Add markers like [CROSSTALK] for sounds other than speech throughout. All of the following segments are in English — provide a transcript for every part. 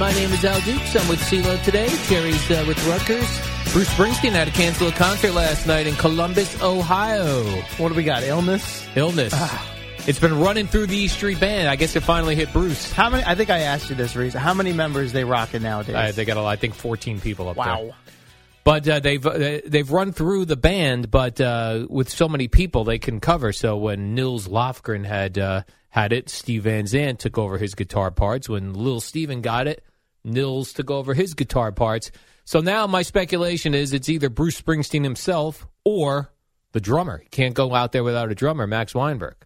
My name is Al Dukes. I'm with CeeLo today. Jerry's uh, with Rutgers. Bruce Springsteen had to cancel a concert last night in Columbus, Ohio. What do we got? Illness? Ah. Illness. It's been running through the E Street Band. I guess it finally hit Bruce. How many? I think I asked you this reason. How many members they rocking nowadays? Uh, they got, a lot, I think, 14 people up there. wow. But uh, they've uh, they've run through the band, but uh, with so many people they can cover. So when Nils Lofgren had uh, had it, Steve Van Zandt took over his guitar parts. When Lil Steven got it, Nils took over his guitar parts. So now my speculation is it's either Bruce Springsteen himself or the drummer. You can't go out there without a drummer, Max Weinberg.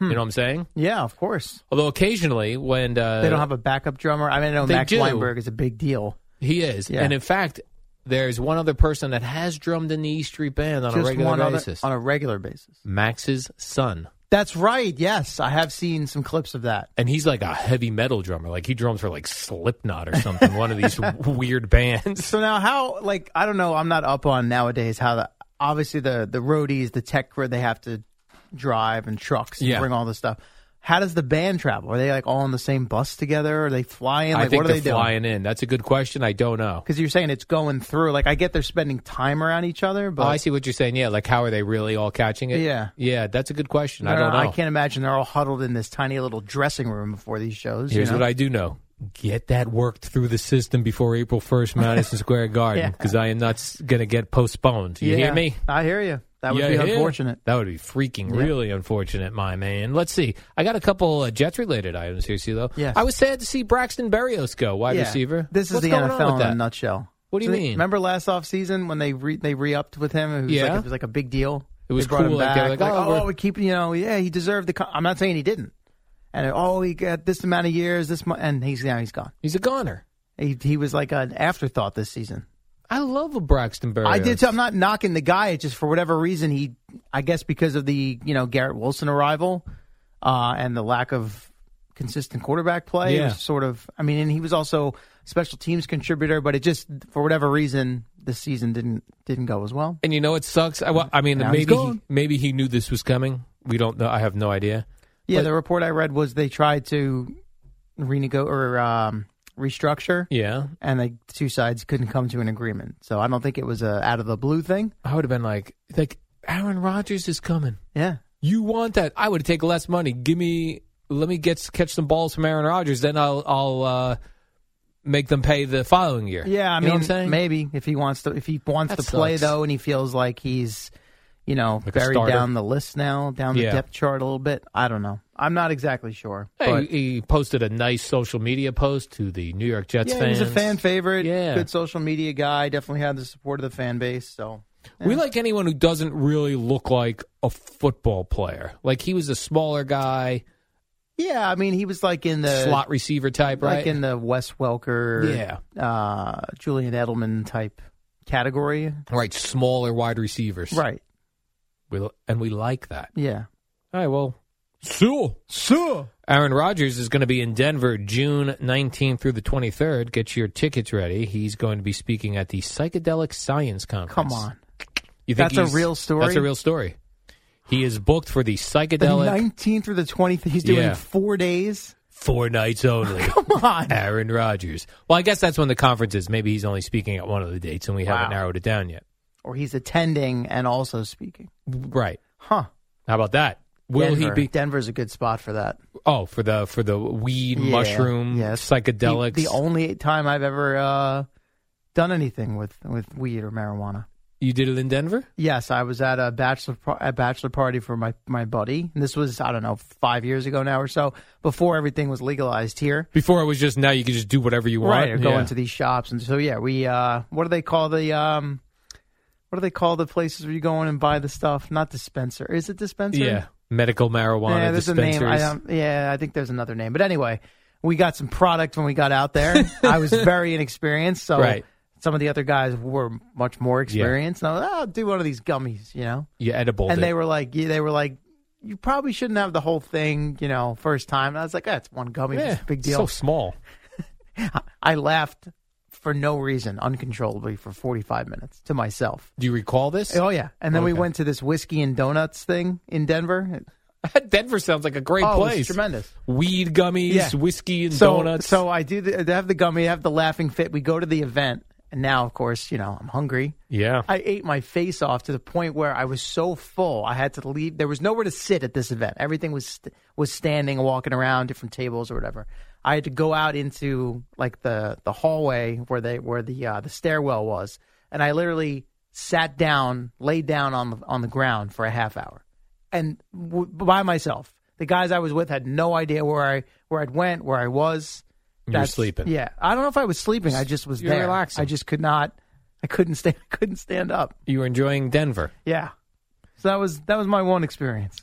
You Hmm. know what I'm saying? Yeah, of course. Although occasionally when uh, They don't have a backup drummer. I mean, I know They Max do. Weinberg is a big deal. he is, Yeah. and in fact. There's one other person that has drummed in the E Street Band on a Just regular one other- basis. on a regular basis. Max's son. That's right. Yes, I have seen some clips of that. And he's like a heavy metal drummer. Like he drums for like Slipknot or something, one of [LAUGHS] these weird bands. So now, how? Like, I don't know. I'm not up on nowadays how the obviously the the roadies, the tech crew, they have to drive and trucks and Yeah. bring all this stuff. How does the band travel? Are they like all on the same bus together? Are they flying? Like, I think what are they're they doing? flying in. That's a good question. I don't know. Because you're saying it's going through. Like I get they're spending time around each other, but oh, I see what you're saying. Yeah, like how are they really all catching it? Yeah. Yeah, that's a good question. I They're- don't know. I can't imagine they're all huddled in this tiny little dressing room before these shows. Here's what I do know. Get that worked through the system before April 1st, Madison Square Garden, [LAUGHS] Yeah. because I am not going to get postponed. You hear me? I hear you. That would Yeah, be yeah. unfortunate. That would be freaking Yeah. really unfortunate, my man. Let's see. I got a couple uh, Jets related items here, CeeLo. Yes. I was sad to see Braxton Berrios go, wide Yeah. receiver. This is What's the going on with NFL in that? a nutshell. What do you So they- mean? Remember last offseason when they re, they re upped with him? It was Yeah. like, it was like a big deal. It was they brought cool, Him like, back. they were like, oh, oh, we're- we keep you know, yeah, he deserved the. Con- I'm not saying he didn't. And oh, he got this amount of years, this mu- and he's now he's gone. He's a goner. He, he was like an afterthought this season. I love a Braxton Berrios. I did. too. I'm not knocking the guy. It's just for whatever reason he, I guess because of the you know Garrett Wilson arrival, uh, and the lack of consistent quarterback play. it Yeah. was sort of. I mean, and he was also special teams contributor, but it just for whatever reason this season didn't didn't go as well. And you know what sucks? I, well, I mean, Now he's maybe he, gone. maybe he knew this was coming. We don't know. I have no idea. Yeah, But- the report I read was they tried to renego or um, restructure, Yeah. and the two sides couldn't come to an agreement. So I don't think it was a out of the blue thing. I would have been like, like Aaron Rodgers is coming. Yeah. You want that? I would take less money. Give me. Let me get catch some balls from Aaron Rodgers. Then I'll I'll uh, make them pay the following year. Yeah, I You mean, know what I'm saying? maybe if he wants to, if he wants That to play sucks. though, and he feels like he's, you know, Like a buried starter. down the list now, down the Yeah. depth chart a little bit. I don't know. I'm not exactly sure. Hey, he he posted a nice social media post to the New York Jets yeah, fans. he's a fan favorite. Yeah. good social media guy. Definitely had the support of the fan base. So We like anyone who doesn't really look like a football player. Like he was a smaller guy, yeah, I mean, he was like in the slot receiver type, right? like in the Wes Welker, yeah, uh, Julian Edelman type category. right, smaller wide receivers. Right. We, l- and we like that. Yeah. All right, well, sure. Sure. Aaron Rodgers is going to be in Denver June 19th through the 23rd. Get your tickets ready. He's going to be speaking at the Psychedelic Science Conference. Come on. You think That's a he's- real story? That's a real story. He is booked for the The Psychedelic 19th through the 20th. He's doing Yeah. four days. four nights only. [LAUGHS] Come on. Aaron Rodgers. Well, I guess that's when the conference is. Maybe he's only speaking at one of the dates, and we haven't Wow. narrowed it down yet. or he's attending and also speaking. Right. Huh. How about that? Will Denver. he be? Denver's a good spot for that. Oh, for the for the weed, Yeah, mushroom, yes. psychedelics. The, the only time I've ever uh, done anything with, with weed or marijuana. you did it in Denver. Yes, I was at a bachelor par- a bachelor party for my my buddy, and this was I don't know five years ago now or so before everything was legalized here. Before it was just now you could just do whatever you want. Right, or go Yeah. into these shops, and so yeah, we uh, what do they call the um, what do they call the places where you go in and buy the stuff? Not dispenser, is it dispenser? yeah medical marijuana yeah, there's dispensaries. a name. I don't, yeah, I think there's another name, but anyway, we got some product when we got out there. [LAUGHS] I was very inexperienced, so Right. some of the other guys were much more experienced. And I was, "Oh, I'll do one of these gummies, you know. you edible. and they were like, yeah, they were like, you probably shouldn't have the whole thing, you know, first time. And I was like, that's one gummy, it's a big So deal. small. I laughed for no reason, uncontrollably, for forty five minutes to myself. Do you recall [LAUGHS] this? Oh yeah, and then we Okay. went to this whiskey and donuts thing in Denver. Denver sounds like a great oh, it was place. tremendous. Weed gummies, Yeah. whiskey and So donuts. so I do. The, they have the gummy, I have the laughing fit. We go to the event, and now, of course, you know, I'm hungry. yeah, I ate my face off to the point where I was so full I had to leave. There was nowhere to sit at this event. Everything was st- was standing, walking around different tables or whatever. I had to go out into like the the hallway where they where the uh, the stairwell was, and I literally sat down, laid down on the on the ground for a half hour, and w- by myself. The guys I was with had no idea where I where I'd went, where I was. You're That's- sleeping. Yeah, I don't know if I was sleeping. I just was You're there. relaxing. I just could not. I couldn't stand. I [LAUGHS] couldn't stand up. you were enjoying Denver. Yeah. So that was that was my one experience.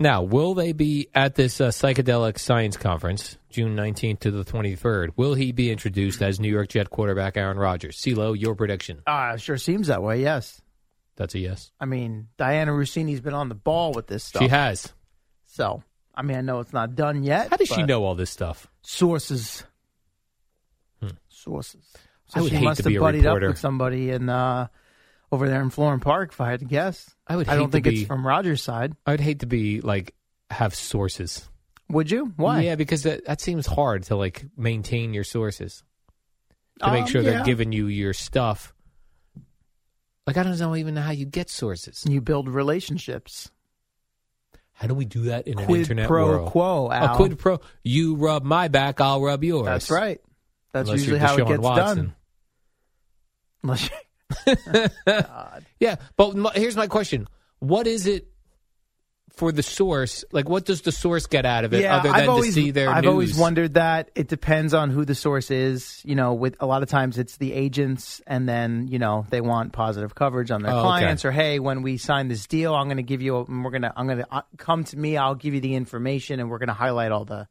Now, will they be at this uh, psychedelic science conference, June 19th to the 23rd? Will he be introduced as New York Jet quarterback Aaron Rodgers? CeeLo, your prediction. Ah, it sure seems that way. Yes. That's a yes. I mean, Diana Rossini's been on the ball with this stuff. She has. So, I mean, I know it's not done yet. How does she but know all this stuff? Sources. Sources. So Hmm. I would she hate must to have be a buddied reporter. up with somebody in uh, over there in Florham Park, if I had to guess. I would I hate don't to think be- it's from Roger's side. I'd hate to be like have sources. Would you? Why? Yeah, because that, that seems hard to like maintain your sources to make Um, sure yeah. they're giving you your stuff. Like I don't know even how you get sources. You build relationships. How do we do that in an Quid internet pro world? quo, A Al. quid pro. You rub my back, I'll rub yours. That's right. That's Unless you're usually how it Deshaun gets Watson. done. Unless [LAUGHS] you- Yeah, but m- here's my question: What is it for the source? Like, what does the source get out of it other than to see their I've news? always wondered that. It depends on who the source is. You know, with a lot of times it's the agents, and then you know they want positive coverage on their Oh, okay. clients, or hey, when we sign this deal, I'm going to give you, a, and we're going to, I'm going to uh, come to me. I'll give you the information, and we're going to highlight all the.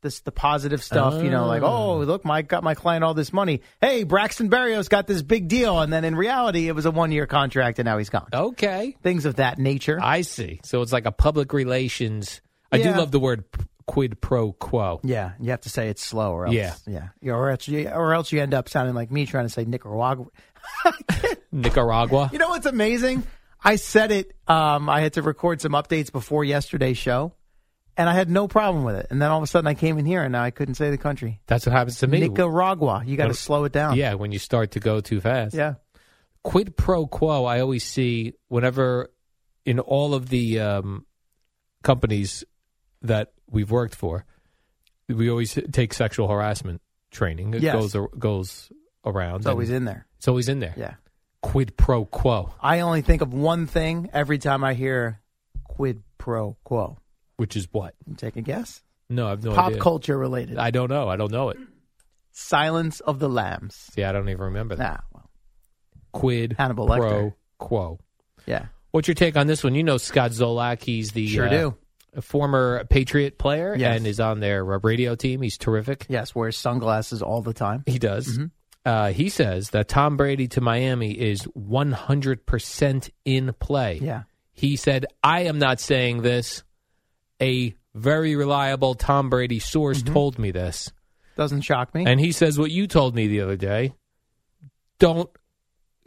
This, the positive stuff, you know, like oh look, my got my client all this money. Hey, Braxton Berrios got this big deal, and then in reality, it was a one year contract, and now he's Uh, gone. Okay, Things of that nature. [LAUGHS] I see. So it's like a public relations. I do Yeah. love the word p- quid pro quo. Yeah, you have to say it's slow, or else, Yeah. yeah, yeah, or else, you, or else you end up sounding like me trying to say Nicaragua. Nicaragua. You know what's amazing? I said it. Um, I had to record some updates before yesterday's show, and I had no problem with it. And then all of a sudden, I came in here and I couldn't say the country That's what happens to me. Nicaragua. You got to slow it down. Yeah, when you start to go too fast. yeah. quid pro quo I always see whenever in all of the um, companies that we've worked for, we always take sexual harassment training. It Yes. goes ar- goes around. It's always and in there. it's always in there. Yeah, Quid pro quo, I only think of one thing every time I hear quid pro quo. which is what? You Take a guess. No, I've no Pop idea. culture related. I don't know. I don't know it. Silence of the Lambs. See, I don't even remember that. Nah, well, Quid Hannibal pro Lecter. quo. yeah, What's your take on this one? You know Scott Zolak. He's the sure uh, do. former Patriot player Yes. and is on their uh, radio team. He's terrific. Yes, wears sunglasses all the time. He does. Mm-hmm. Uh, he says that Tom Brady to Miami is 100% in play. Yeah. He said, I am not saying this. A very reliable Tom Brady source Mm-hmm. told me this. Doesn't shock [LAUGHS] me. And he says what you told me the other day. Don't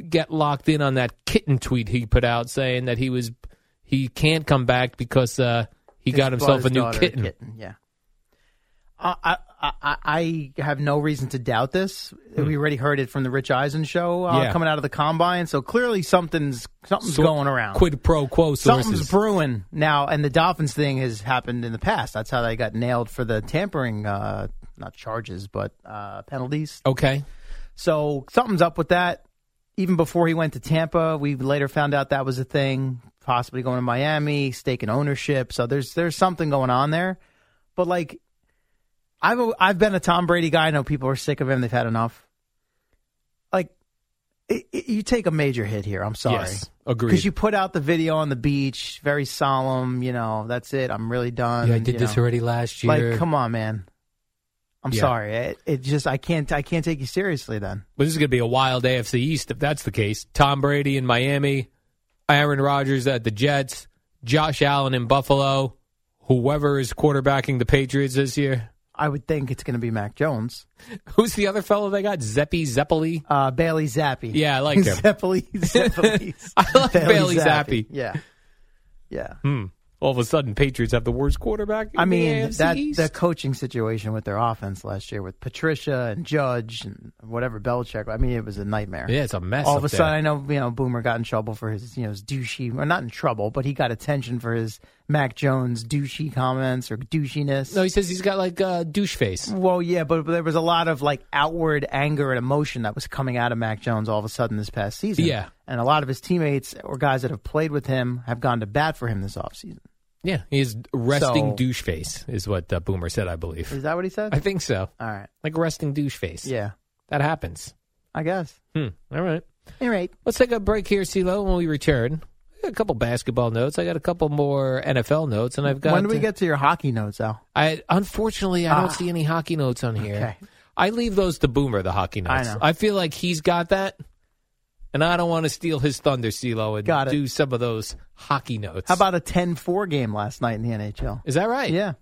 get locked in on that kitten tweet he put out saying that he was he can't come back because uh, he got His himself a brother's new daughter, kitten. Yeah. I, I I I have no reason to doubt this. We already heard it from the Rich Eisen show uh, Hmm. Yeah. coming out of the combine, so clearly something's something's So- going around. Quid pro quo sources. Something's brewing now, and the Dolphins thing has happened in the past. That's how they got nailed for the tampering, uh, not charges, but uh, penalties. okay. So something's up with that. Even before he went to Tampa, we later found out that was a thing. Possibly going to Miami, stake in ownership. So there's there's something going on there. But like, I've al- I've been a Tom Brady guy. I know people are sick of him. They've had enough. Like, it, it- you take a major hit here. I'm sorry. Yes. Agreed. Because you put out the video on the beach, very solemn. You know, that's it. I'm really done. yeah, I did you this know. already last year. Like, come on, man. I'm Yeah. sorry. It, it just I can't I can't take you seriously then. But this is going to be a wild AFC East if that's the case. Tom Brady in Miami, Aaron Rodgers at the Jets, Josh Allen in Buffalo, whoever is quarterbacking the Patriots this year. I would think it's going to be Mac Jones. Who's the other fellow they got? Zeppi Zeppeli? Uh, Bailey Zappi. Yeah, I [LAUGHS] like him. Zeppeli. Zeppeli. [LAUGHS] [LAUGHS] I like Bailey Zappi. Yeah. Yeah. Hmm. All of a sudden, Patriots have the worst quarterback. In I the mean, AFC that East. the coaching situation with their offense last year with Patricia and Judge and whatever Belichick. I mean, it was a nightmare. yeah, it's a mess. All up of a there. sudden, I know you know Boomer got in trouble for his you know his douchey or not in trouble, but he got attention for his Mac Jones douchey comments or douchiness. no, he says he's got like a douche face. Well, yeah, but there was a lot of like outward anger and emotion that was coming out of Mac Jones all of a sudden this past season. Yeah. And a lot of his teammates or guys that have played with him have gone to bat for him this offseason. Yeah, he's resting So- douche face is what uh, Boomer said. I believe. Is that what he said? I think so. all right. Like resting douche face. Yeah, that happens. I guess. Hmm. All right. All right. Let's take a break here, CeeLo, when we return. I got a couple basketball notes. I got a couple more NFL notes, and I've got. uh, when do we get to your hockey notes, Al? I unfortunately I Ah. don't see any hockey notes on here. Okay. I leave those to Boomer, the hockey I notes. know. feel like he's got that, and I don't want to steal his thunder, CeeLo, and Got it. do some of those hockey notes. How about a 10 4 game last night in the NHL? Is that right? Yeah.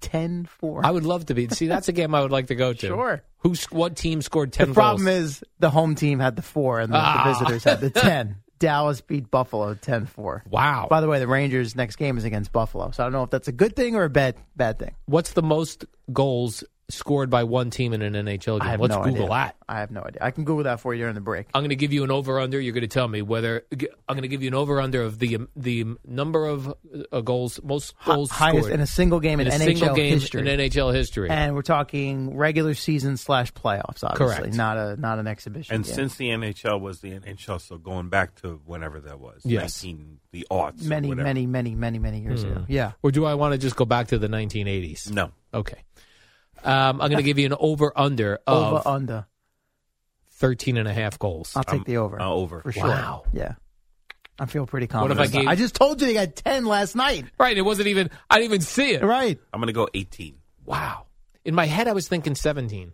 10 4. I would love to be. See, that's a game I would like to go to. Sure. Who? sc- What team scored ten? The problem goals? is the home team had the 4 and the, Ah. the visitors had the 10. [LAUGHS] Dallas beat Buffalo 10 4. wow. By the way, the Rangers' next game is against Buffalo, so I don't know if that's a good thing or a bad bad thing. What's the most goals scored by one team in an NHL game? I have Let's no Google idea. that. Uh, I have no idea. I can Google that for you during the break. I'm going to give you an over under. You're going to tell me whether g- I'm going to give you an over under of the the number of uh, goals, most goals Hi- highest scored in a single game in, in a NHL single game history, in NHL history. and we're talking regular season slash playoffs, obviously, Correct. not a not an exhibition. And game. since the NHL was the NHL, so going back to whenever that was, Yes. 19, the aughts, or many, whatever. many, many, many, many Hmm. years ago, yeah, or do I want to just go back to the 1980s? No, Okay. Um, I'm going to give you an over under over of under. 13 and a half goals. I'll take I'm- the over. uh, over. for sure. Wow. Yeah, I feel pretty What if confident. I gave- I just told you they got ten last night, Right. It wasn't even, I didn't even see it. right? I'm going to go 18. Wow. In my head, I was thinking 17.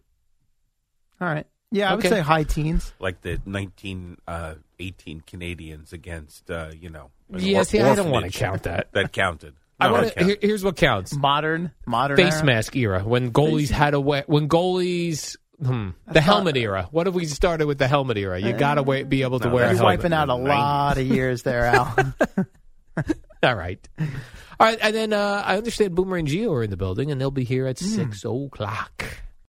All right. Yeah, I Okay. would say high teens. like the 19, uh, 18 Canadians against, uh, you know. an Yeah, see, I don't wanna orphanage count that. That counted. I No, want it to, counted. here, here's what counts. Modern, modern Face era. mask era when goalies had a way, when goalies hmm, the helmet era. What if we started with the helmet era? You gotta wa- be able to no, wear a You're that's helmet. wiping out a lot of years [LAUGHS] there, Al. All right, all Hmm. right, and then uh, I understand Boomer and Geo are in the building, and they'll be here at six o'clock.